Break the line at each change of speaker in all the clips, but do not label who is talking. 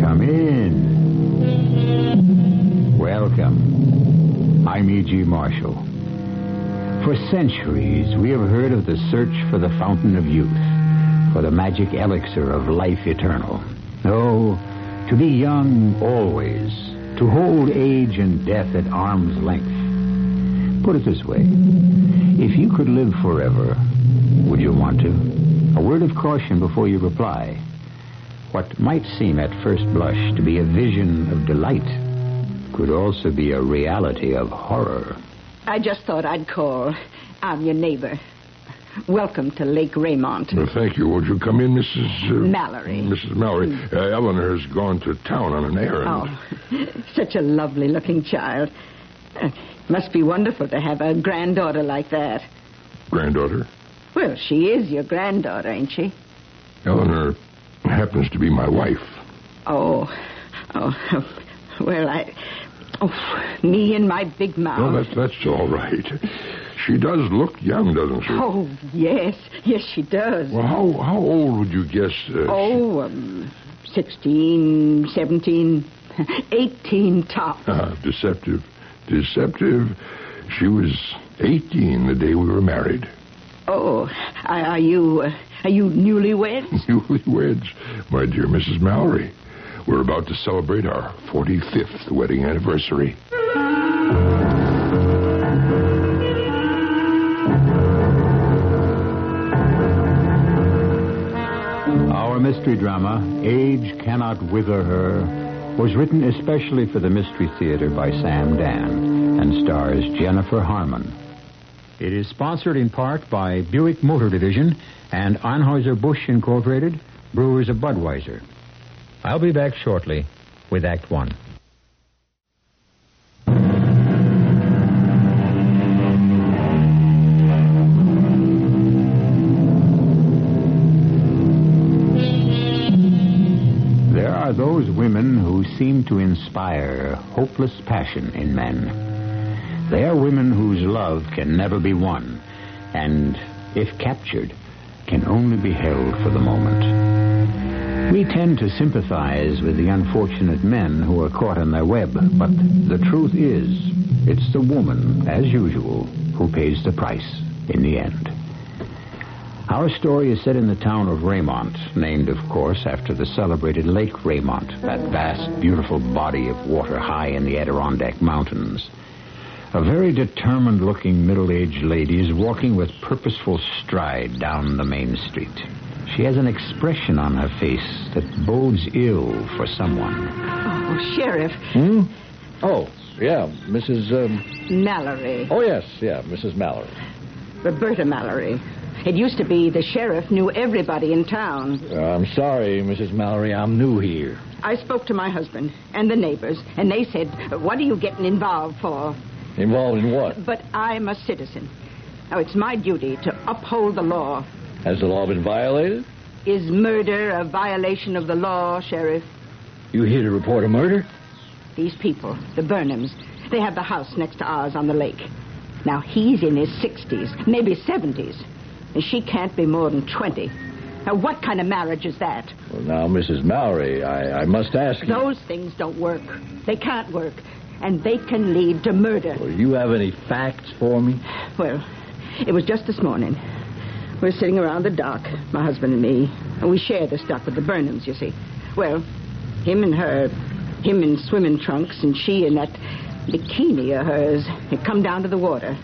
Come in. Welcome. I'm E.G. Marshall. For centuries, we have heard of the search for the fountain of youth, for the magic elixir of life eternal. Oh, to be young always, to hold age and death at arm's length. Put it this way if you could live forever, would you want to? A word of caution before you reply. What might seem at first blush to be a vision of delight could also be a reality of horror.
I just thought I'd call. I'm your neighbor. Welcome to Lake Raymond.
Well, thank you. Won't you come in, Mrs. Uh,
Mallory. Hmm.
Mrs. Mallory. Uh, Eleanor has gone to town on an errand.
Oh, such a lovely looking child. Uh, must be wonderful to have a granddaughter like that.
Granddaughter.
Well, she is your granddaughter, ain't she?
Eleanor happens to be my wife.
Oh, oh, well, I. Oh, me and my big mouth.
No, that's that's all right. She does look young, doesn't she?
Oh, yes. Yes, she does.
Well, how how old would you guess? Uh, she-
Oh, um, 16, 17, 18 top.
Ah, deceptive, deceptive. She was eighteen the day we were married.
Oh, are are you uh, are you newlywed?
Newlyweds, my dear Mrs. Mallory. We're about to celebrate our 45th wedding anniversary.
Our mystery drama, Age Cannot Wither Her, was written especially for the Mystery Theater by Sam Dan and stars Jennifer Harmon. It is sponsored in part by Buick Motor Division and Anheuser-Busch Incorporated, Brewers of Budweiser. I'll be back shortly with Act One. There are those women who seem to inspire hopeless passion in men. They are women whose love can never be won, and if captured, can only be held for the moment. We tend to sympathize with the unfortunate men who are caught in their web, but the truth is, it's the woman, as usual, who pays the price in the end. Our story is set in the town of Raymont, named, of course, after the celebrated Lake Raymont, that vast, beautiful body of water high in the Adirondack Mountains. A very determined looking middle aged lady is walking with purposeful stride down the main street. She has an expression on her face that bodes ill for someone.
Oh, Sheriff
Oh, yeah, Mrs. Um,
Mallory,
oh, yes, yeah, Mrs. Mallory.
Roberta Mallory. It used to be the sheriff knew everybody in town.
Uh, I'm sorry, Mrs. Mallory, I'm new here.
I spoke to my husband and the neighbors, and they said, "What are you getting involved for?"
Involved in what?
But I'm a citizen. Now it's my duty to uphold the law.
Has the law been violated?
Is murder a violation of the law, Sheriff?
You here to report a murder?
These people, the Burnhams, they have the house next to ours on the lake. Now, he's in his 60s, maybe 70s, and she can't be more than 20. Now, what kind of marriage is that?
Well, now, Mrs. Mallory, I, I must ask you.
Those things don't work. They can't work, and they can lead to murder.
Do you have any facts for me?
Well, it was just this morning. We're sitting around the dock, my husband and me, and we share this dock with the Burnhams, you see. Well, him and her, him in swimming trunks, and she in that bikini of hers, had come down to the water.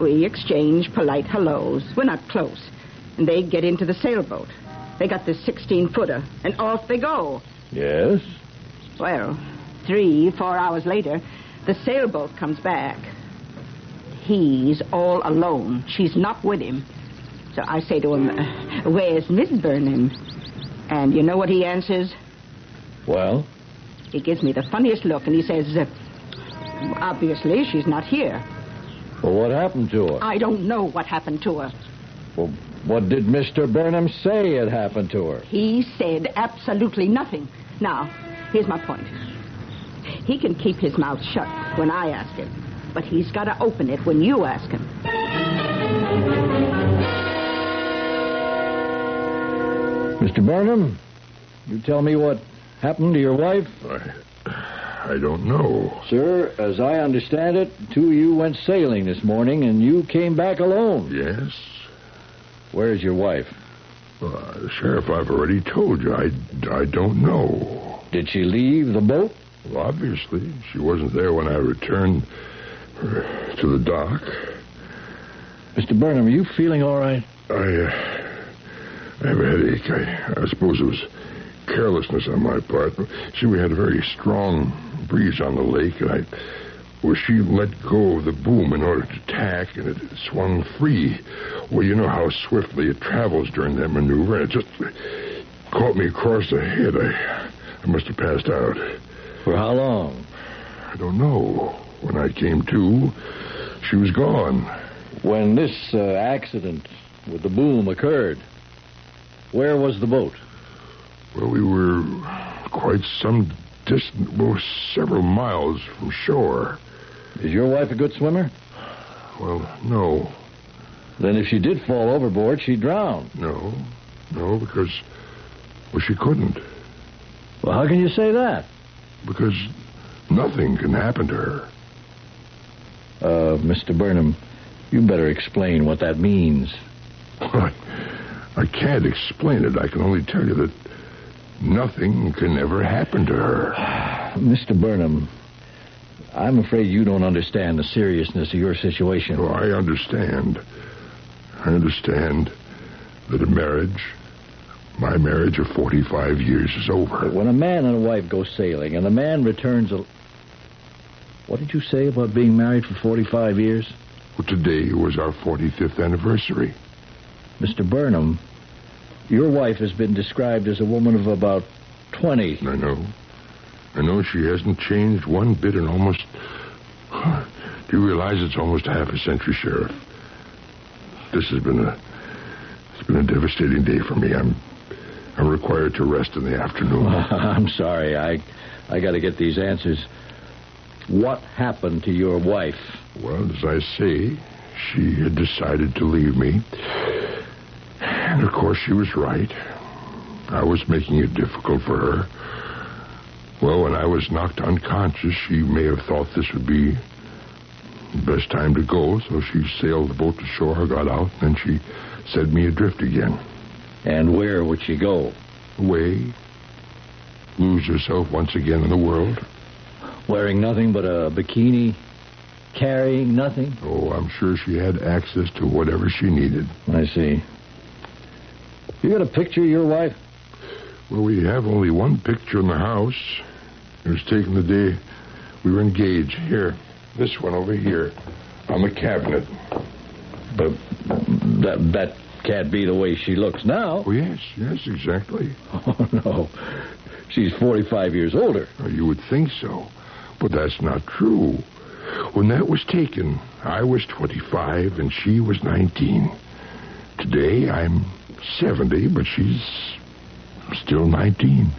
We exchange polite hellos. We're not close. And they get into the sailboat. They got this 16 footer, and off they go.
Yes?
Well, three, four hours later, the sailboat comes back. He's all alone. She's not with him. So I say to him, uh, Where's Miss Burnham? And you know what he answers?
Well?
He gives me the funniest look and he says, uh, Obviously, she's not here.
Well, what happened to her?
I don't know what happened to her.
Well, what did Mr. Burnham say had happened to her?
He said absolutely nothing. Now, here's my point. He can keep his mouth shut when I ask him, but he's got to open it when you ask him.
Mr. Burnham, you tell me what happened to your wife?
I, I don't know.
Sir, as I understand it, two of you went sailing this morning and you came back alone.
Yes?
Where's your wife?
Uh, Sheriff, I've already told you. I, I don't know.
Did she leave the boat?
Well, obviously, she wasn't there when I returned uh, to the dock.
Mr. Burnham, are you feeling all right?
I, uh, I have a headache. I, I suppose it was carelessness on my part. See, we had a very strong breeze on the lake, and I. Well, she let go of the boom in order to tack, and it swung free. Well, you know how swiftly it travels during that maneuver, and it just caught me across the head. I, I must have passed out.
For how long?
I don't know. When I came to, she was gone.
When this uh, accident with the boom occurred, where was the boat?
Well, we were quite some distance, well, several miles from shore.
Is your wife a good swimmer?
Well, no,
Then if she did fall overboard, she drowned.
no, no, because, well, she couldn't.
Well, how can you say that?
Because nothing can happen to her.
Uh, Mr. Burnham, you better explain what that means.
I, I can't explain it. I can only tell you that nothing can ever happen to her.
Mr. Burnham, I'm afraid you don't understand the seriousness of your situation.
Oh, I understand. I understand that a marriage, my marriage of 45 years, is over.
When a man and a wife go sailing and the man returns a. What did you say about being married for 45 years?
Well, today was our 45th anniversary.
Mr. Burnham, your wife has been described as a woman of about 20.
I know. I know she hasn't changed one bit in almost. Do you realize it's almost half a century, Sheriff? This has been a. It's been a devastating day for me. I'm. I'm required to rest in the afternoon.
I'm sorry. I, I got to get these answers. What happened to your wife?
Well, as I say, she had decided to leave me. And of course, she was right. I was making it difficult for her. Well, when I was knocked unconscious, she may have thought this would be the best time to go, so she sailed the boat to shore, got out, and then she set me adrift again.
And where would she go?
Away, lose yourself once again in the world.
Wearing nothing but a bikini? Carrying nothing?
Oh, I'm sure she had access to whatever she needed.
I see. You got a picture of your wife?
Well, we have only one picture in the house. It was taken the day we were engaged. Here, this one over here on the cabinet.
But that, that can't be the way she looks now.
Oh, yes, yes, exactly.
Oh, no. She's 45 years older.
Now, You would think so, but that's not true. When that was taken, I was 25 and she was 19. Today, I'm 70, but she's still 19.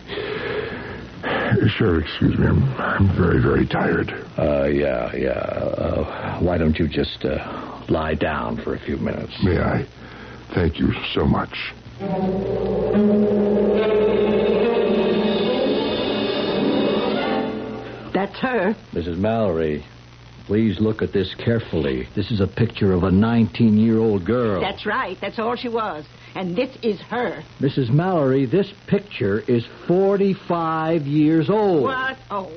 Sure, excuse me. I'm, I'm very, very tired.
Uh, yeah, yeah. Uh, why don't you just uh, lie down for a few minutes?
May I thank you so much?
That's her.
Mrs. Mallory, please look at this carefully. This is a picture of a 19 year old girl.
That's right. That's all she was. And this is her.
Mrs. Mallory, this picture is 45 years old.
What? Oh,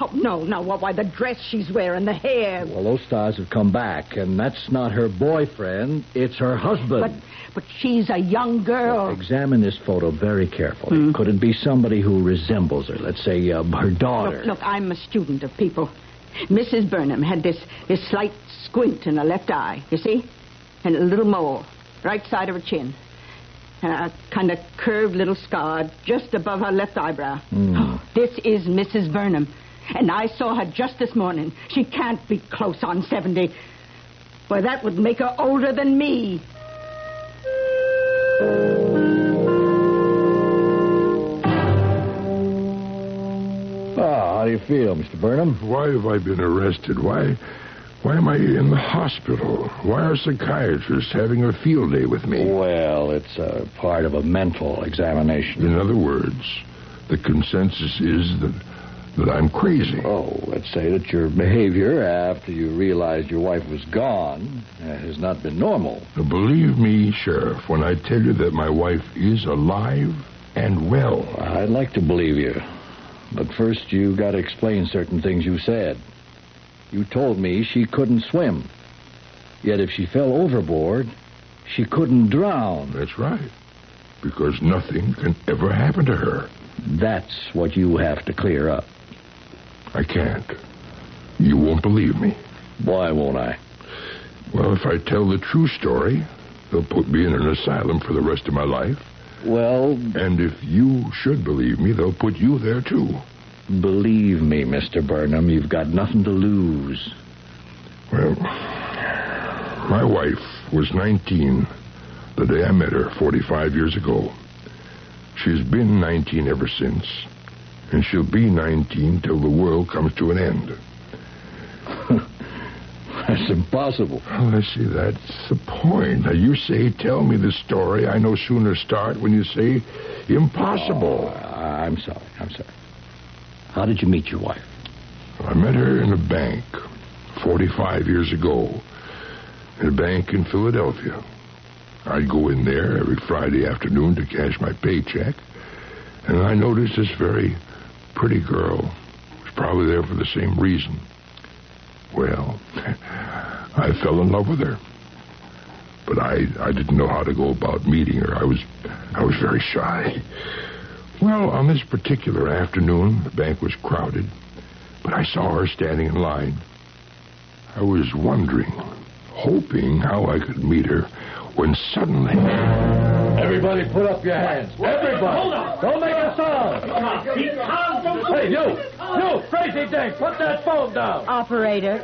Oh, no, no. Why, the dress she's wearing, the hair.
Well, those stars have come back, and that's not her boyfriend. It's her
But,
husband.
but she's a young girl.
Examine this photo very carefully. Could it be somebody who resembles her? Let's say uh, her daughter.
Look, look, I'm a student of people. Mrs. Burnham had this, this slight squint in her left eye, you see? And a little mole, right side of her chin. And a kind of curved little scar just above her left eyebrow. Oh, this is Mrs. Burnham. And I saw her just this morning. She can't be close on 70. Why, that would make her older than me.
Ah, how do you feel, Mr. Burnham?
Why have I been arrested? Why, why am I in the hospital? Why are psychiatrists having a field day with me?
Well, it's uh, part of a mental examination.
In other words, the consensus is that that I'm crazy.
Oh, let's say that your behavior after you realized your wife was gone uh, has not been normal.
Now, Believe me, Sheriff, when I tell you that my wife is alive and well.
I'd like to believe you. But first, you got to explain certain things you said. You told me she couldn't swim. Yet if she fell overboard, she couldn't drown.
That's right. Because nothing can ever happen to her.
That's what you have to clear up.
I can't. You won't believe me.
Why won't I?
Well, if I tell the true story, they'll put me in an asylum for the rest of my life.
Well,
And if you should believe me, they'll put you there, too.
believe me, Mr. Burnham, you've got nothing to lose.
Well, my wife was 19 the day I met her 45 years ago. She's been 19 ever since, and she'll be 19 till the world comes to an end.
That's impossible.
Well, Oh, I see. That's the point. Now, you say, tell me the story. I no sooner start when you say, impossible.
I- I'm sorry. I'm sorry. How did you meet your wife?
I met her in a bank 45 years ago, in a bank in Philadelphia. I'd go in there every Friday afternoon to cash my paycheck, and I noticed this very pretty girl was probably there for the same reason. Well, I fell in love with her. But I, I didn't know how to go about meeting her. I was I was very shy. Well, on this particular afternoon, the bank was crowded, but I saw her standing in line. I was wondering, hoping how I could meet her, when suddenly
Everybody put up your hands. Everybody. Hold on. Don't make a sound. Come on. Hey, you. You, crazy dick. Put that phone down.
Operator,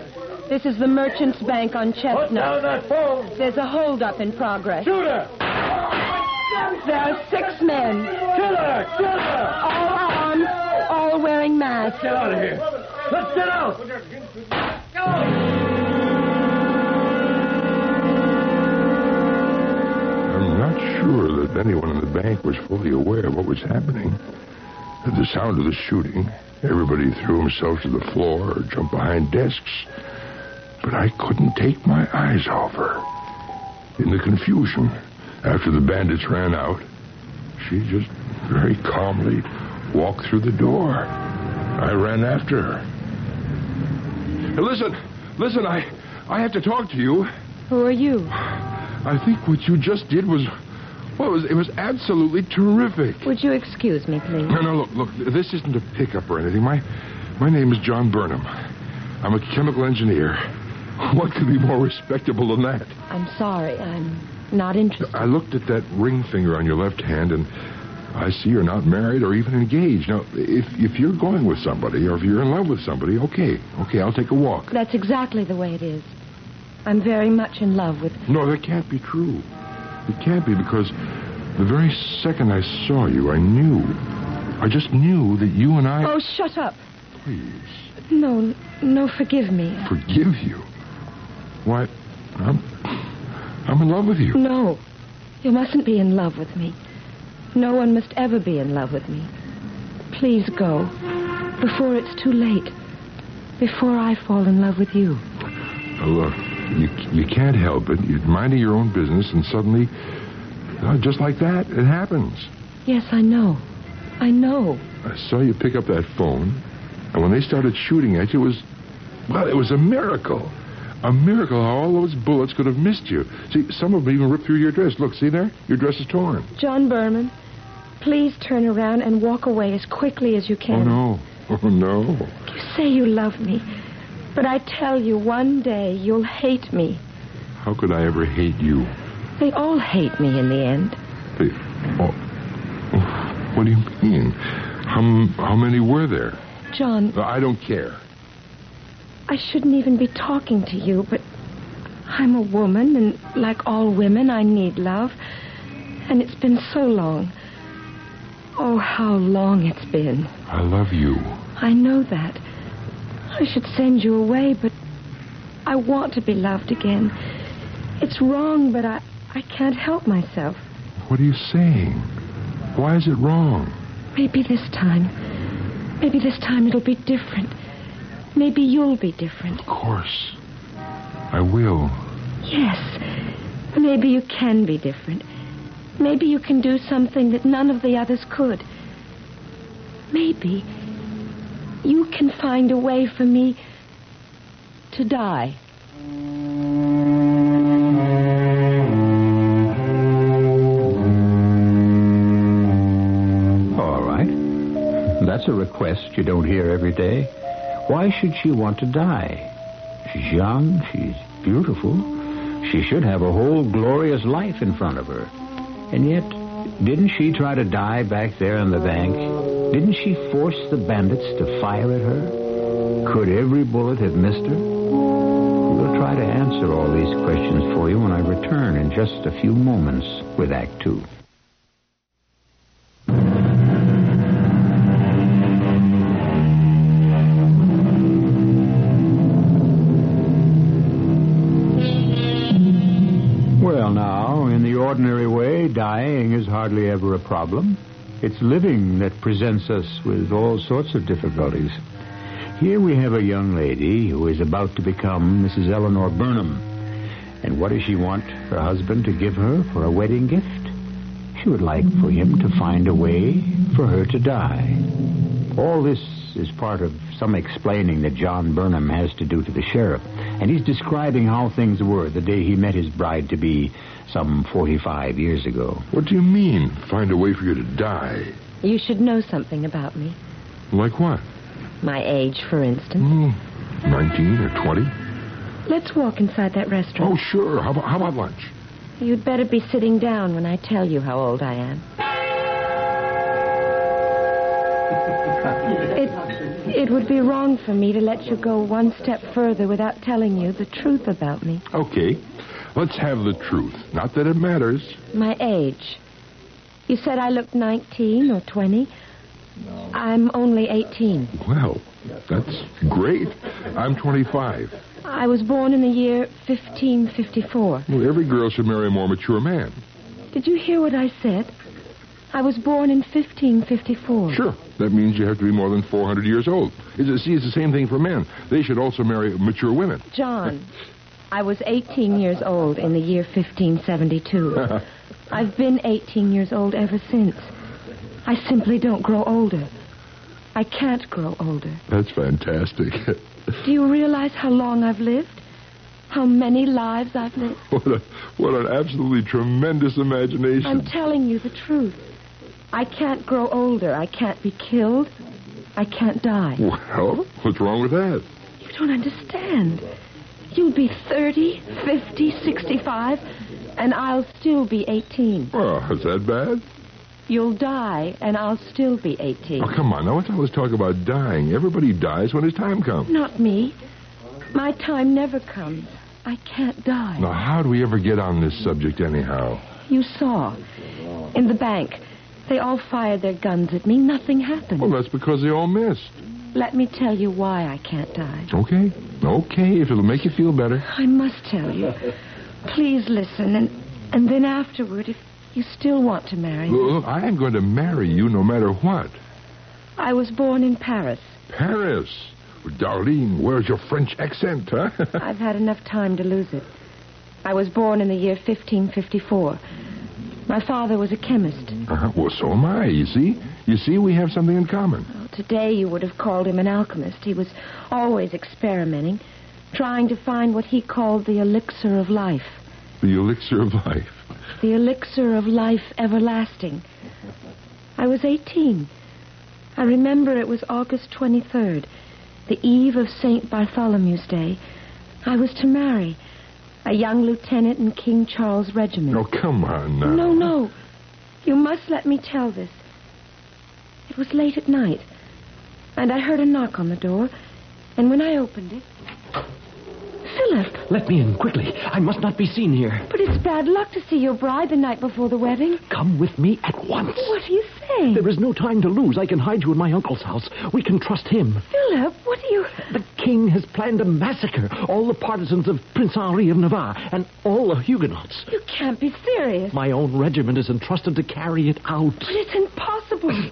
this is the Merchants Bank on
Put down
Chestnut.
that phone.
There's a holdup in progress.
Shoot her.
There are six men,
Kill her. Kill her.
all armed, all wearing masks.
Get out of here. Let's get out.
I'm not sure that anyone in the bank was fully aware of what was happening. At the sound of the shooting, everybody threw himself to the floor or jumped behind desks. But I couldn't take my eyes off her. In the confusion, after the bandits ran out, she just very calmly walked through the door. I ran after her. Listen, listen, I, I have to talk to you.
Who are you?
I think what you just did was, well, it was, it was absolutely terrific.
Would you excuse me, please?
No, no, look, look. This isn't a pickup or anything. My, my name is John Burnham. I'm a chemical engineer. What could be more respectable than that?
I'm sorry. I'm not interested.
I looked at that ring finger on your left hand, and I see you're not married or even engaged. Now, if if you're going with somebody or if you're in love with somebody, okay, okay, I'll take a walk.
That's exactly the way it is. I'm very much in love with.
No, that can't be true. It can't be because the very second I saw you, I knew. I just knew that you and I.
Oh, shut up.
Please.
No, no, forgive me.
forgive you. Why, I'm, I'm in love with you.
No. You mustn't be in love with me. No one must ever be in love with me. Please go. Before it's too late. Before I fall in love with you.
Now, look, uh, you, you can't help it. You're minding your own business, and suddenly, uh, just like that, it happens.
Yes, I know. I know.
I saw you pick up that phone, And when they started shooting at you, it was, well, it was a miracle. A miracle how all those bullets could have missed you. See, some of them even ripped through your dress. Look, see there? Your dress is torn.
John Berman, please turn around and walk away as quickly as you
Oh,
can.
no. Oh, no.
You say you love me, but I tell you, one day you'll hate me.
How could I ever hate you?
They all hate me in the end.
Hey, oh, oh, what do you mean? How, m- how many were there?
John,
I don't care.
I shouldn't even be talking to you, but I'm a woman, and like all women, I need love. And it's been so long. Oh, how long it's been.
I love you.
I know that. I should send you away, but I want to be loved again. It's wrong, but I, I can't help myself.
What are you saying? Why is it wrong?
Maybe this time. Maybe this time it'll be different. Maybe you'll be different.
Of course. I will.
Yes. Maybe you can be different. Maybe you can do something that none of the others could. Maybe you can find a way for me to die.
All right. That's a request you don't hear every day. Why should she want to die? She's young, she's beautiful. She should have a whole glorious life in front of her. And yet, didn't she try to die back there on the bank? Didn't she force the bandits to fire at her? Could every bullet have missed her? We'll try to answer all these questions for you when I return in just a few moments with Act Two. Well, now, in the ordinary way, dying is hardly ever a problem. It's living that presents us with all sorts of difficulties. Here we have a young lady who is about to become Mrs. Eleanor Burnham. And what does she want her husband to give her for a wedding gift? She would like for him to find a way for her to die. All this is part of some explaining that John Burnham has to do to the sheriff. And he's describing how things were the day he met his bride to be some 45 years ago.
What do you mean, find a way for you to die?
You should know something about me.
Like what?
My age, for instance.
Hmm, 19 or 20?
Let's walk inside that restaurant.
Oh, sure. How about, how about lunch?
You'd better be sitting down when I tell you how old I am. It, it would be wrong for me to let you go one step further without telling you the truth about me.
Okay. Let's have the truth. Not that it matters.
My age. You said I looked 19 or 20. I'm only 18.
Well, that's great. I'm 25.
I was born in the year 1554.
Well, every girl should marry a more mature man.
Did you hear what I said? I was born in 1554.
Sure. That means you have to be more than 400 years old. It's, see, it's the same thing for men. They should also marry mature women.
John, I was 18 years old in the year 1572. I've been 18 years old ever since. I simply don't grow older. I can't grow older.
That's fantastic.
Do you realize how long I've lived? How many lives I've lived?
what, a, what an absolutely tremendous imagination.
I'm telling you the truth. I can't grow older. I can't be killed. I can't die.
well, what's wrong with that?
You don't understand. You'll be 30, 50, 65, and I'll still be 18.
Well, is that bad?
You'll die, and I'll still be 18.
Oh, come on. Now, let's always talk about dying. Everybody dies when his time comes.
Not me. My time never comes. I can't die.
Now, how do we ever get on this subject, anyhow?
You saw. In the bank, they all fired their guns at me. Nothing happened.
Well, that's because they all missed.
Let me tell you why I can't die.
Okay. Okay, if it'll make you feel better.
I must tell you. Please listen, and, and then afterward, if you still want to marry me.
Look, I am going to marry you no matter what.
I was born in Paris.
Paris. Darlene, where's your French accent, huh?
I've had enough time to lose it. I was born in the year 1554. My father was a chemist.
Uh-huh. Well, so am I, you see. You see, we have something in common. Today you would have called him an alchemist. He was always experimenting, trying to find what he called the elixir of life,
The elixir of life.
the elixir of life everlasting. I was 18. I remember it was August 23rd, the eve of St. Bartholomew's Day. I was to marry a young lieutenant in King Charles Regiment.
Oh, come on now.
No, no. You must let me tell this. It was late at night, and I heard a knock on the door, and when I opened it. Philip,
Let me in quickly. I must not be seen here.
but it's bad luck to see your bride the night before the wedding.
Come with me at once.
What are you saying?
There is no time to lose. I can hide you in my uncle's house. We can trust him.
Philip, what are you.
The king has planned a massacre. All the partisans of Prince Henri of Navarre and all the Huguenots.
You can't be serious.
My own regiment is entrusted to carry it out.
But it's impossible.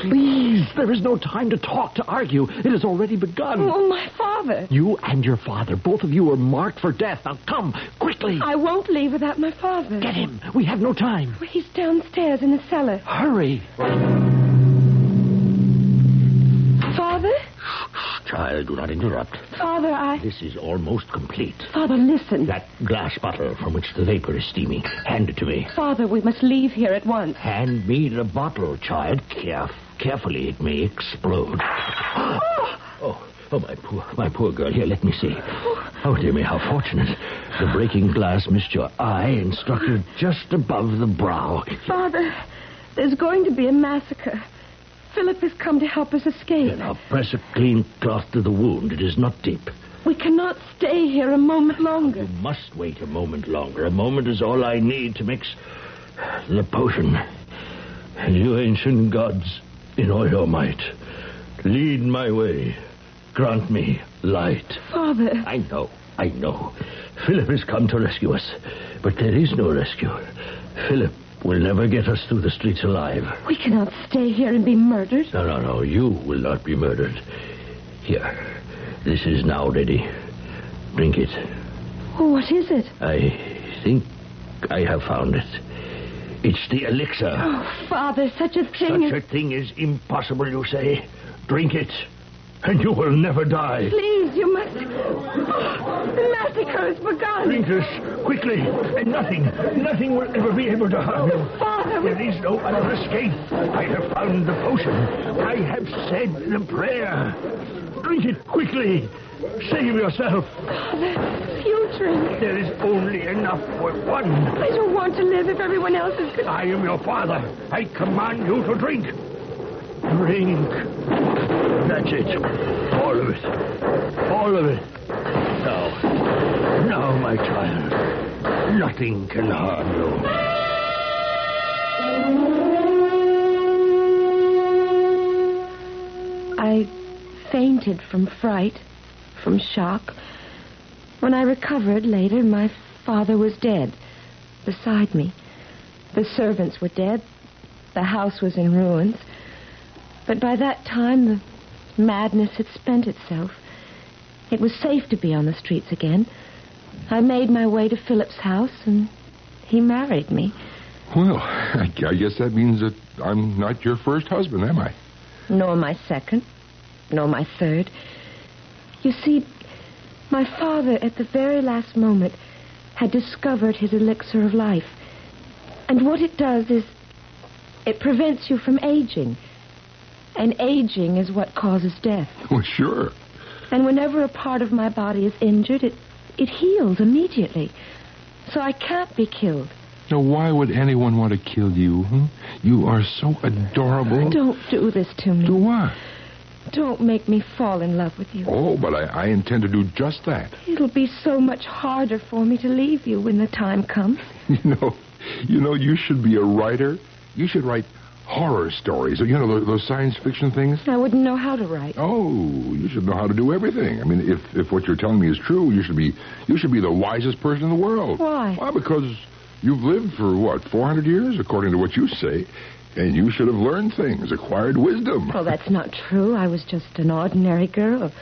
Please, there is no time to talk, to argue. It has already begun.
Oh, my father.
You and your father, both of you are marked for death. Now come, quickly.
I won't leave without my father.
Get him. We have no time.
He's downstairs in the cellar.
Hurry.
Father?
Child, do not interrupt.
Father, I.
This is almost complete.
Father, listen.
That glass bottle from which the vapor is steaming, hand it to me.
Father, we must leave here at once.
Hand me the bottle, child. Caref- carefully, it may explode. Oh, oh, my poor, my poor girl. Here, let me see. Oh, dear me, how fortunate! The breaking glass missed your eye and struck you just above the brow.
Father, there's going to be a massacre. Philip has come to help us escape.
Now press a clean cloth to the wound. It is not deep.
We cannot stay here a moment
You
longer.
must wait a moment longer. A moment is all I need to mix the potion. And you ancient gods, in all your might, lead my way. Grant me light.
Father,
I know, I know. Philip has come to rescue us, but there is no rescue. Philip will never get us through the streets alive.
we cannot stay here and be murdered.
No, no, no. You will not be murdered. Here, this is now ready. Drink it.
Oh, what is it?
I think I have found it. It's the elixir.
Oh, Father, such a thing
Such a
is.
thing is impossible, you say. Drink it, and you will never die.
Please, you must. The massacre has begun.
Drink this quickly, and nothing, nothing will ever be able to harm you.
Father, we-
there is no other escape. I have found the potion. I have said the prayer. Drink it quickly. Save yourself.
Father, you drink.
There is only enough for one.
I don't want to live if everyone else is. go-
I am your father. I command you to drink. Drink. That's it. All of it. All of it. Now. Now, my child. Nothing can harm you.
I fainted from fright, from shock. When I recovered later, my father was dead, beside me. The servants were dead. The house was in ruins. But by that time, the madness had spent itself. It was safe to be on the streets again. I made my way to Philip's house, and he married me.
Well, I, I guess that means that I'm not your first husband, am I?
nor my second, nor my third. You see, my father, at the very last moment, had discovered his elixir of life. And what it does is it prevents you from aging. And aging is what causes death.
Well, sure.
And whenever a part of my body is injured, it, it heals immediately. So I can't be killed.
Now, why would anyone want to kill you? hmm? You are so adorable.
Don't do this to me.
Do what?
Don't make me fall in love with you.
Oh, but I, I intend to do just that.
It'll be so much harder for me to leave you when the time comes.
You know, you know, you should be a writer. You should write horror stories. You know, those, those science fiction things.
I wouldn't know how to write.
Oh, you should know how to do everything. I mean, if, if what you're telling me is true, you should be you should be the wisest person in the world.
Why?
Why? Because you've lived for what 400 years, according to what you say, and you should have learned things, acquired wisdom.
Well, that's not true. I was just an ordinary girl.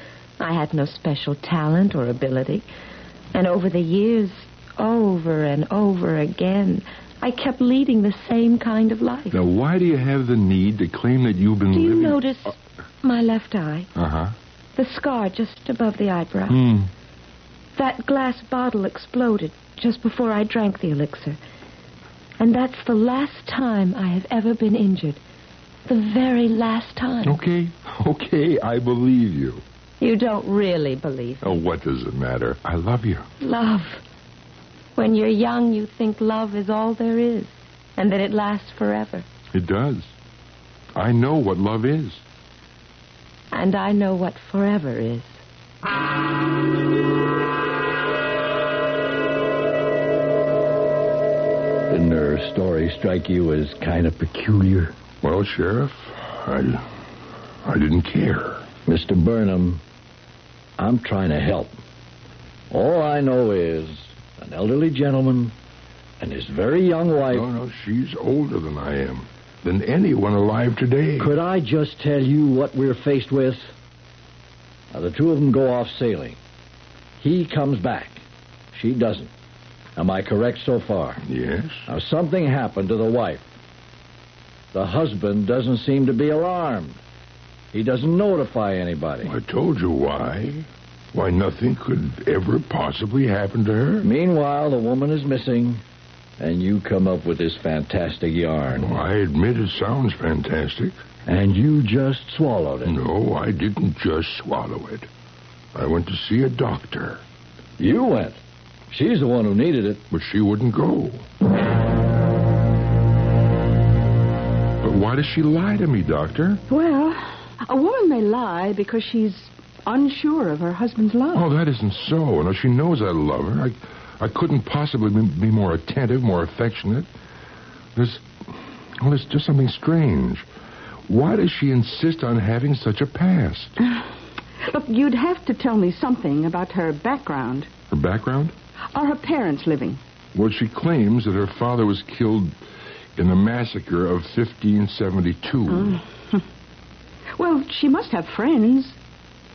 I had no special talent or ability. And over the years, over and over again, I kept leading the same kind of life.
Now, why do you have the need to claim that you've been
Do you
living?
notice
my left eye,
Uh
Uh-huh.
huh.
the scar just above the eyebrow.
Hmm.
That glass bottle exploded just before I drank the elixir. And that's the last time I have ever been injured. The very last time.
Okay, okay, I believe you.
You don't really believe.
Oh, what does it matter? I love you.
Love. When you're young, you think love is all there is, and that it lasts forever.
It does. I know what love is.
And I know what forever is.
Didn't her story strike you as kind of peculiar?
Well, Sheriff, I, I didn't care.
Mr. Burnham, I'm trying to help. All I know is an elderly gentleman and his very young wife.
No, no, she's older than I am, than anyone alive today.
Could I just tell you what we're faced with? Now, the two of them go off sailing. He comes back. She doesn't. Am I correct so far?
Yes.
Now, something happened to the wife. The husband doesn't seem to be alarmed. He doesn't notify anybody.
I told you why. Why nothing could ever possibly happen to her.
Meanwhile, the woman is missing, and you come up with this fantastic yarn.
Well, I admit it sounds fantastic.
And you just swallowed it.
No, I didn't just swallow it. I went to see a doctor,
You went. She's the one who needed it.
but she wouldn't go. But why does she lie to me, Doctor?
Well, a woman may lie because she's unsure of her husband's love.
Oh, that isn't so. No, she knows I love her. I, I couldn't possibly be, be more attentive, more affectionate. There's, well, there's just something strange. Why does she insist on having such a past?
Look, you'd have to tell me something about her background.
Her background?
Are her parents living?
Well, she claims that her father was killed in the massacre of 1572.
Well, she must have friends.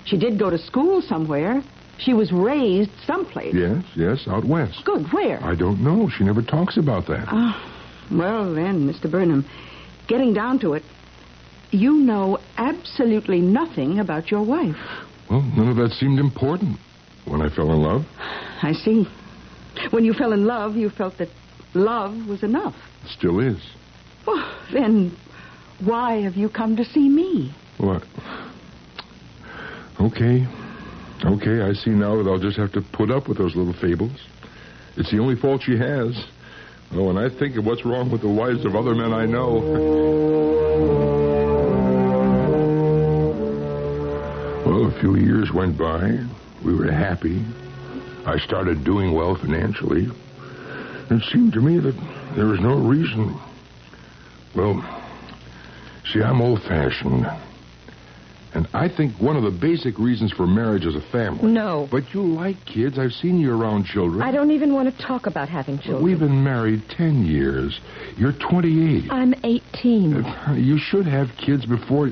She did go to school somewhere. She was raised someplace.
Yes, yes, out west.
Good, where?
I don't know. She never talks about that.
Well, then, Mr. Burnham, getting down to it, you know absolutely nothing about your wife.
well, none of that seemed important when I fell in love.
I see. When you fell in love, you felt that love was enough.
Still is.
Well, then, why have you come to see me?
What? Okay. Okay, I see now that I'll just have to put up with those little fables. It's the only fault she has. Oh, when I think of what's wrong with the wives of other men I know. Well, a few years went by. We were happy. I started doing well financially. It seemed to me that there was no reason. Well, see, I'm old fashioned. And I think one of the basic reasons for marriage is a family.
No.
But you like kids. I've seen you around children.
I don't even want to talk about having children.
We've been married 10 years. You're 28.
I'm 18.
You should have kids before.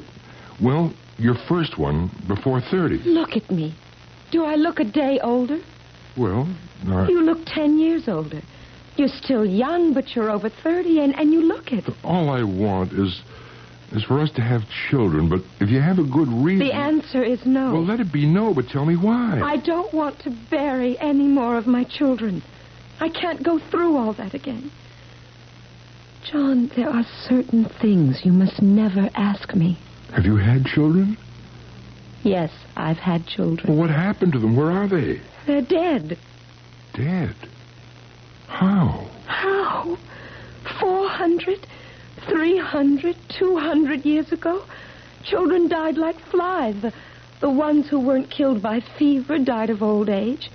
Well, your first one before 30.
Look at me. Do I look a day older?
Well, uh,
You look 10 years older. You're still young, but you're over 30, and, and you look it.
all I want is is for us to have children, but if you have a good reason.
The answer is no.
Well, let it be no, but tell me why.
I don't want to bury any more of my children. I can't go through all that again. John, there are certain things you must never ask me.
Have you had children?
Yes, I've had children.
Well, what happened to them? Where are they?
They're dead.
Dead. How?
How? 400, 300, 200 years ago? Children died like flies. The, the ones who weren't killed by fever died of old age.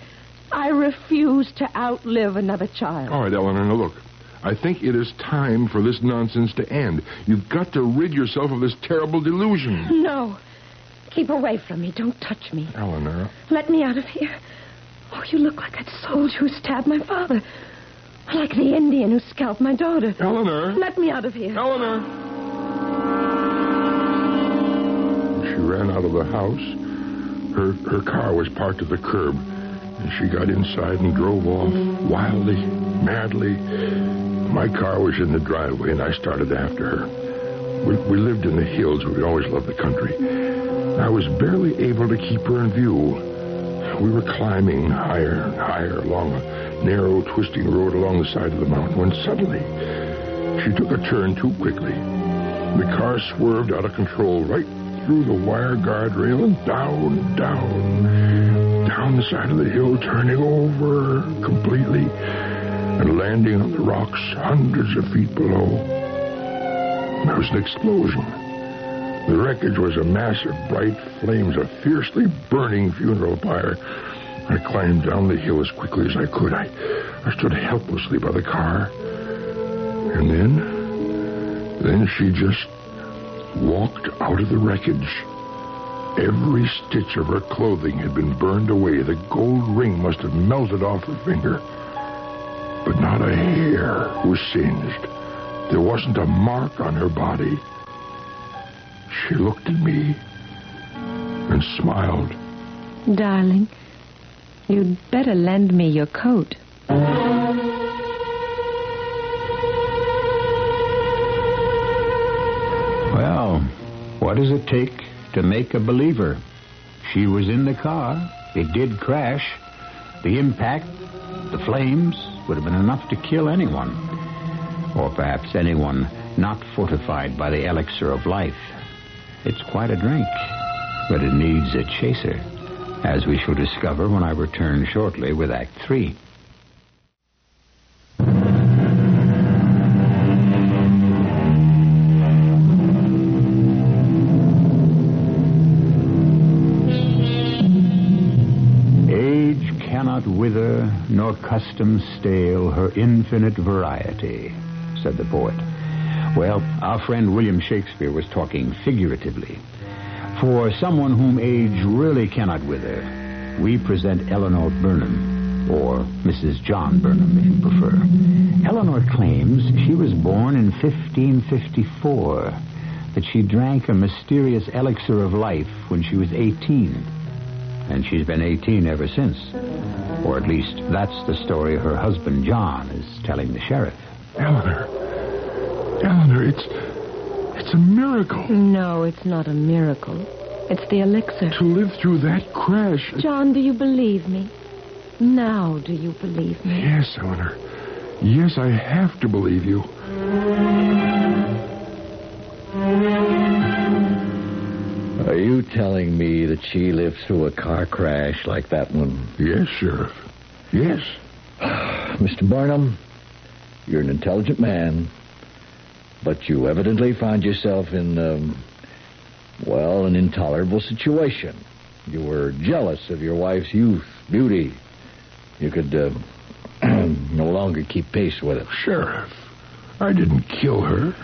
I refuse to outlive another child.
All right, Eleanor, now look. I think it is time for this nonsense to end. You've got to rid yourself of this terrible delusion.
No. Keep away from me. Don't touch me.
Eleanor.
Let me out of here. Oh, you look like that soldier who stabbed my father. Or Like the Indian who scalped my daughter.
Eleanor.
Let me out of here.
Eleanor. She ran out of the house. Her her car was parked at the curb, and she got inside and drove off wildly, madly. My car was in the driveway, and I started after her. We, we lived in the hills. We always loved the country. I was barely able to keep her in view. We were climbing higher and higher along a narrow, twisting road along the side of the mountain when suddenly she took a turn too quickly. The car swerved out of control right through the wire guardrail and down, down, down the side of the hill, turning over completely and landing on the rocks hundreds of feet below. There was an explosion. The wreckage was a mass of bright flames, a fiercely burning funeral pyre. I climbed down the hill as quickly as I could. I, I stood helplessly by the car. And then, then she just walked out of the wreckage. Every stitch of her clothing had been burned away. The gold ring must have melted off her finger. But not a hair was singed. There wasn't a mark on her body. She looked at me and smiled.
Darling, you'd better lend me your coat.
Well, what does it take to make a believer? She was in the car. It did crash. The impact, the flames, would have been enough to kill anyone. Or perhaps anyone not fortified by the elixir of life. It's quite a drink, but it needs a chaser, as we shall discover when I return shortly with Act Three. Age cannot wither, nor custom stale her infinite variety, said the poet. Well, our friend William Shakespeare was talking figuratively. For someone whom age really cannot wither, we present Eleanor Burnham, or Mrs. John Burnham, if you prefer. Eleanor claims she was born in 1554, that she drank a mysterious elixir of life when she was 18 and she's been 18 ever since. Or at least that's the story her husband John is telling the sheriff.
Eleanor. Eleanor, it's. It's a miracle.
No, it's not a miracle. It's the elixir.
To live through that crash.
John, do you believe me? Now, do you believe me?
Yes, Eleanor. Yes, I have to believe you.
Are you telling me that she lived through a car crash like that one?
Yes, Sheriff. Yes.
Mr. Barnum, you're an intelligent man, but you evidently find yourself in, um, well, an intolerable situation. You were jealous of your wife's youth, beauty. You could uh, no longer keep pace with it.
Sheriff, I didn't kill her.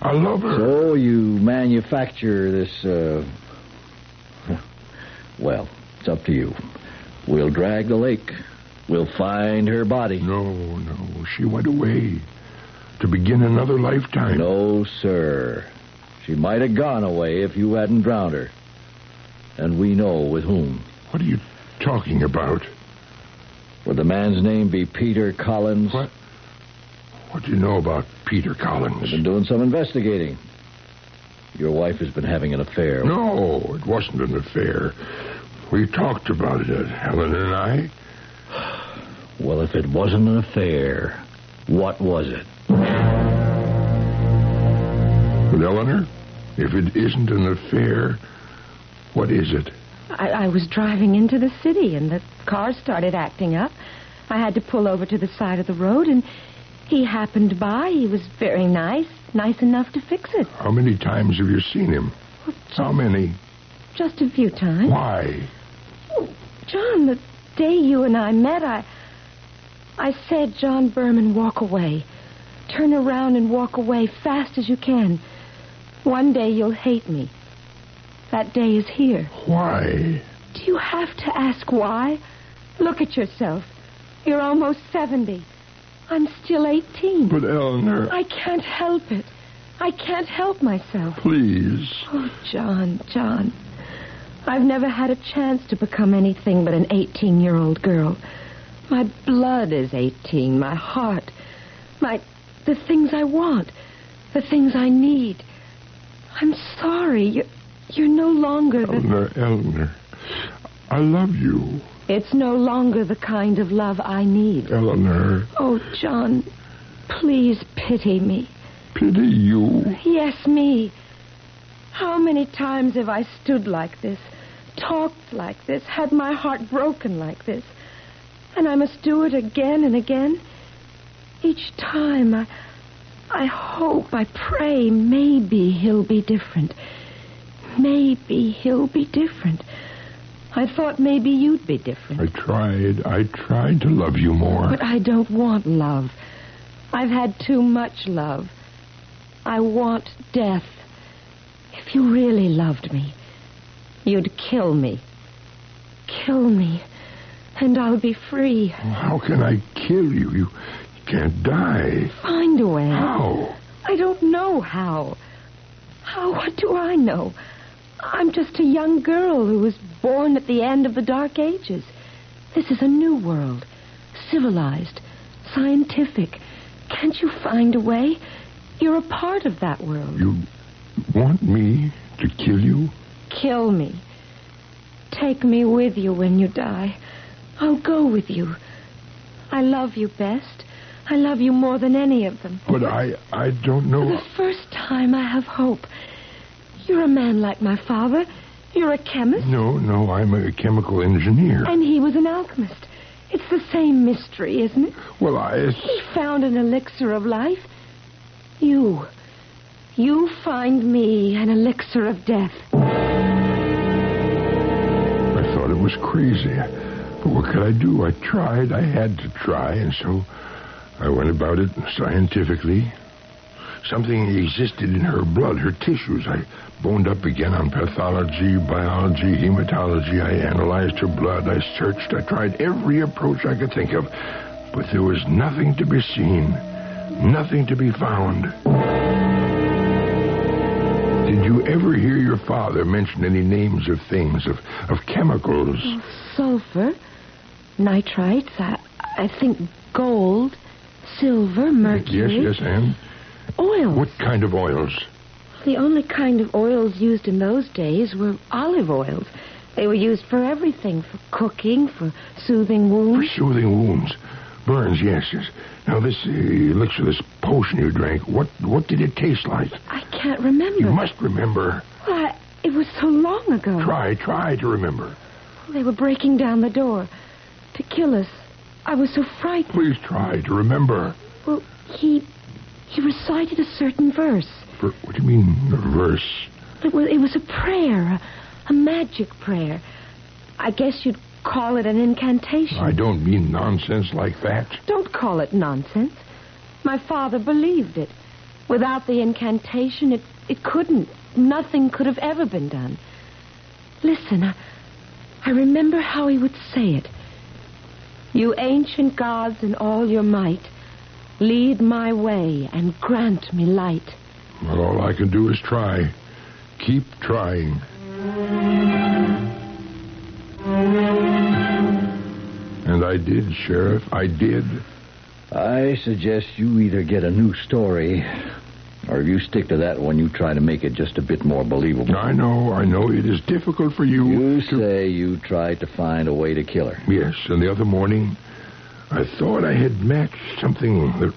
I love her.
So you manufacture this, uh. Well, it's up to you. We'll drag the lake. We'll find her body.
No, no. She went away to begin another lifetime.
No, sir. She might have gone away if you hadn't drowned her. And we know with whom.
What are you talking about?
Would the man's name be Peter Collins?
What? What do you know about Peter Collins?
Been doing some investigating. Your wife has been having an affair.
No, it wasn't an affair. We talked about it, uh, Helen and I.
Well, if it wasn't an affair, what was it?
But Eleanor, if it isn't an affair, what is it?
I, I was driving into the city and the car started acting up. I had to pull over to the side of the road and he happened by. He was very nice, nice enough to fix it.
How many times have you seen him? How many?
Just a few times.
Why?
Oh, John, the day you and I met, I I said, John Berman, walk away. Turn around and walk away fast as you can. One day you'll hate me. That day is here.
Why?
Do you have to ask why? Look at yourself. You're almost 70. I'm still 18.
But Eleanor,
I can't help it. I can't help myself.
please.
Oh, John, John. I've never had a chance to become anything but an 18 year old girl. My blood is 18, my heart, my. the things I want, the things I need. I'm sorry. You're, you're no longer the.
Eleanor, Eleanor, I love you.
It's no longer the kind of love I need.
Eleanor,
Oh, John, please pity me.
pity you.
Yes, me. How many times have I stood like this, talked like this, had my heart broken like this? And I must do it again and again. Each time I, I hope, I pray, maybe he'll be different. Maybe he'll be different. I thought maybe you'd be different.
I tried. I tried to love you more.
But I don't want love. I've had too much love. I want death. If you really loved me, you'd kill me. Kill me, and I'll be free.
How can I kill you? You can't die.
Find a way.
How?
I don't know how. How? What do I know? I'm just a young girl who was born at the end of the Dark Ages. This is a new world. Civilized. Scientific. Can't you find a way? You're a part of that world.
You want me to kill you?
Kill me. Take me with you when you die. I'll go with you. I love you best. I love you more than any of them.
But I I don't know.
For the first time, I have hope. You're a man like my father. You're a chemist,
No, no, I'm a chemical engineer.
and he was an alchemist. It's the same mystery, isn't it?
Well, I
He found an elixir of life. You. You find me an elixir of death.
I thought it was crazy. But what could I do? I tried. I had to try, and so I went about it scientifically. Something existed in her blood, her tissues. I boned up again on pathology, biology, hematology. I analyzed her blood. I searched. I tried every approach I could think of. But there was nothing to be seen, nothing to be found. Did you ever hear your father mention any names of things, of, of chemicals?
Oh, Sulfur, nitrites, I, I think gold, silver,
Yes,
mercury.
yes, and?
Oil.
What kind of oils?
The only kind of oils used in those days were olive oils. They were used for everything for cooking, for soothing
For
wounds.
soothing wounds. Burns, yes, yes. Now, this uh, elixir, this potion you drank, what, what did it taste like?
I can't remember.
You must remember.
Why, it was so long ago.
Try, try to remember.
They were breaking down the door to kill us. I was so frightened.
Please try to remember.
Well, he he recited a certain verse.
For, what do you mean, reverse?
It was it was a prayer, a, a magic prayer. I guess you'd call it an incantation.
I don't mean nonsense like that.
Don't call it nonsense. My father believed it. Without the incantation, it, it couldn't. Nothing could have ever been done. Listen, I, I remember how he would say it. You ancient gods in all your might, lead my way and grant me light.
Well, all I can do is try. Keep trying. And I did, Sheriff. I did.
I suggest you either get a new story, or if you stick to that one, you try to make it just a bit more believable.
I know, I know. It is difficult for you.
You say you tried to find a way to kill her.
Yes, and the other morning, I thought I had matched something that.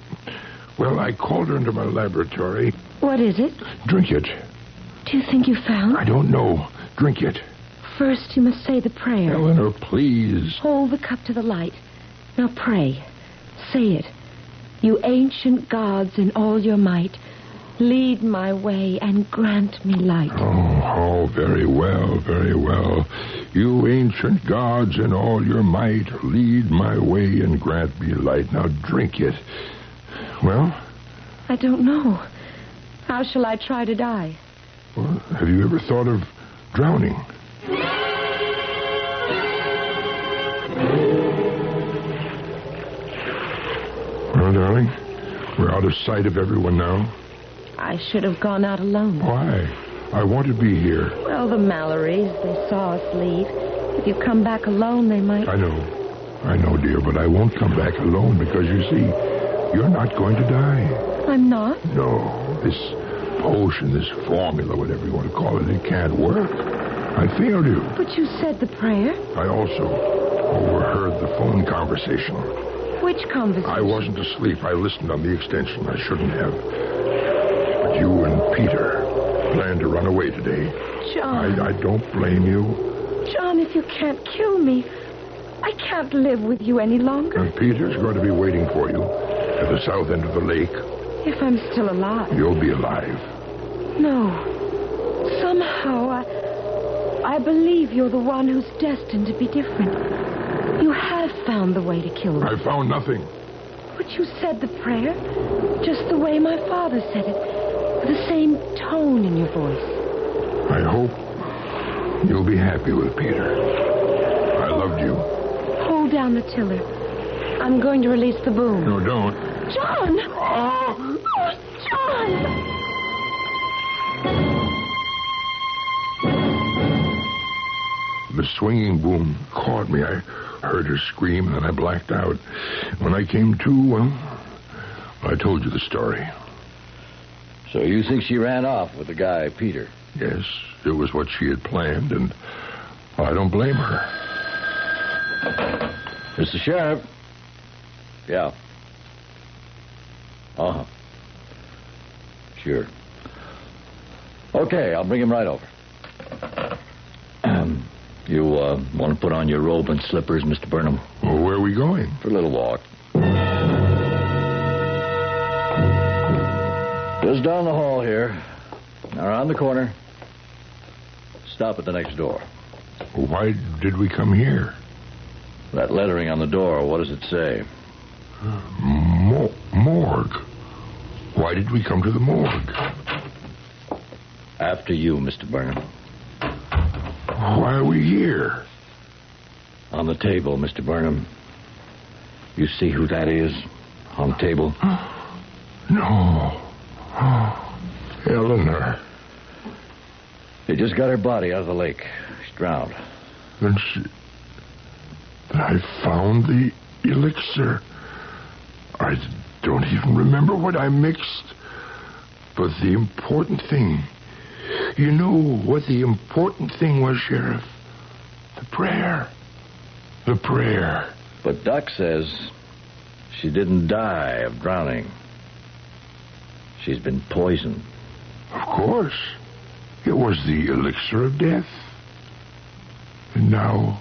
Well, I called her into my laboratory.
What is it?
Drink it.
Do you think you found?
I don't know. Drink it.
First, you must say the prayer.
Eleanor, please.
Hold the cup to the light. Now pray. Say it. You ancient gods in all your might, lead my way and grant me light.
Oh, oh, very well, very well. You ancient gods in all your might, lead my way and grant me light. Now drink it. Well,
I don't know. How shall I try to die?
well, have you ever thought of drowning? Well, darling, we're out of sight of everyone now.
I should have gone out alone.
Why? I want to be here.
Well, the Mallorys, they saw us leave. If you come back alone, they might.
I know. I know, dear, but I won't come back alone because you see, you're not going to die.
I'm not.
No, this potion, this formula, whatever you want to call it, it can't work. I failed you.
But you said the prayer.
I also overheard the phone conversation.
Which conversation?
I wasn't asleep. I listened on the extension. I shouldn't have. But you and Peter planned to run away today.
John.
I, I don't blame you.
John, if you can't kill me, I can't live with you any longer.
And Peter's going to be waiting for you at the south end of the lake.
If I'm still alive.
You'll be alive.
No. Somehow I. I believe you're the one who's destined to be different. You have found the way to kill me.
I found nothing.
But you said the prayer just the way my father said it, with the same tone in your voice.
I hope you'll be happy with Peter. I loved you.
Hold down the tiller. I'm going to release the boom.
No, don't.
John!
Oh!
Oh, John!
The swinging boom caught me. I heard her scream, and then I blacked out. When I came to, well, I told you the story.
So you think she ran off with the guy, Peter?
Yes, it was what she had planned, and I don't blame her.
Mr. Sheriff? Yeah. Uh huh. Sure. Okay, I'll bring him right over. Ahem. you uh, want to put on your robe and slippers, Mr. Burnham,
Well, where are we going?
for a little walk? Just down the hall here, around the corner. Stop at the next door.
Why did we come here?
That lettering on the door, what does it say?
Mo- morgue. Why did we come to the morgue?
After you, Mr. Burnham.
Why are we here?
On the table, Mr. Burnham. You see who that is? On the table?
No. Ah, Eleanor.
They just got her body out of the lake. She's drowned.
Then she. Then I found the elixir. I don't even remember what I mixed. But the important thing. You know what the important thing was, Sheriff? The prayer. The prayer.
But Doc says she didn't die of drowning. She's been poisoned.
Of course. It was the elixir of death. And now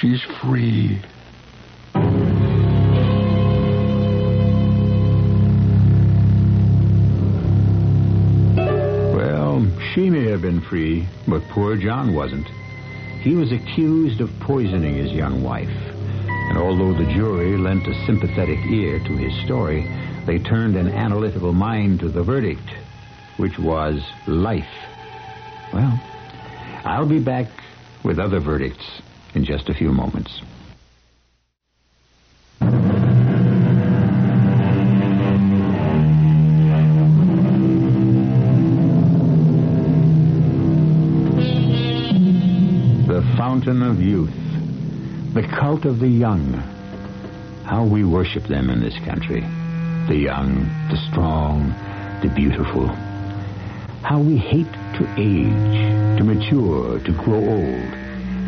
she's free.
Well, she may have been free, but poor John wasn't. He was accused of poisoning his young wife. And although the jury lent a sympathetic ear to his story, they turned an analytical mind to the verdict, which was life. Well, I'll be back with other verdicts in just a few moments. The fountain of youth. The cult of the young. How we worship them in this country. The young, the strong, the beautiful. How we hate to age, to mature, to grow old,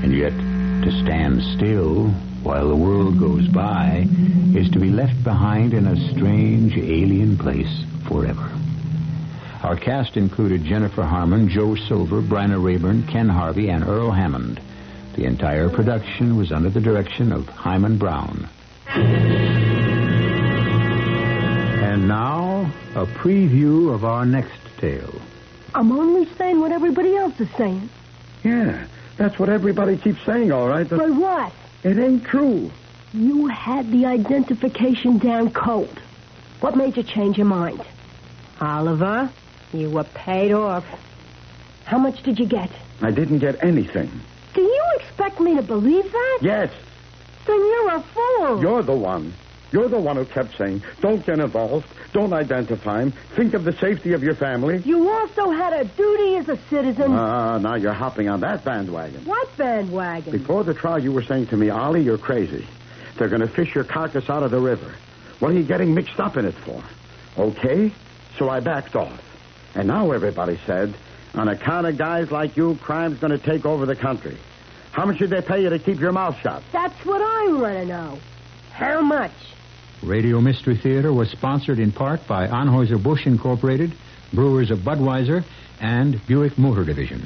and yet to stand still while the world goes by is to be left behind in a strange alien place forever. Our cast included Jennifer Harmon, Joe Silver, Bryna Rayburn, Ken Harvey, and Earl Hammond. The entire production was under the direction of Hyman Brown. And now, a preview of our next tale.
I'm only saying what everybody else is saying.
Yeah, that's what everybody keeps saying, all right.
But what?
it ain't true.
You had the identification down cold. What made you change your mind? Oliver, you were paid off. How much did you get?
I didn't get anything.
Do you expect me to believe that?
Yes,
Then you're a fool.
you're the one. You're the one who kept saying, don't get involved, don't identify him, think of the safety of your family.
You also had a duty as a citizen.
Ah, now you're hopping on that bandwagon.
what bandwagon?
Before the trial, you were saying to me, Ollie, you're crazy. They're going to fish your carcass out of the river. What are you getting mixed up in it for? Okay, so I backed off. And now everybody said, on account of guys like you, crime's going to take over the country. How much did they pay you to keep your mouth shut?
That's what I want to know. How much?
Radio Mystery Theater was sponsored in part by Anheuser-Busch Incorporated, Brewers of Budweiser, and Buick Motor Division.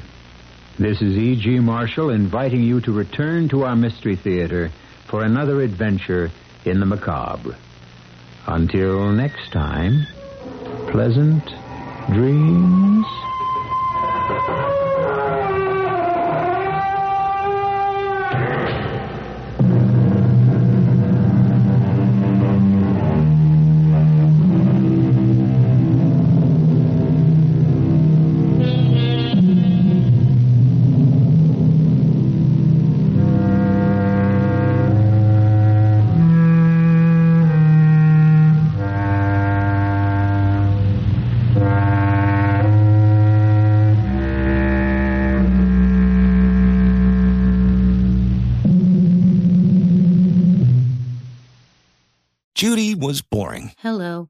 This is E.G. Marshall inviting you to return to our Mystery Theater for another adventure in the macabre. Until next time, pleasant dreams.
Judy was boring.
Hello.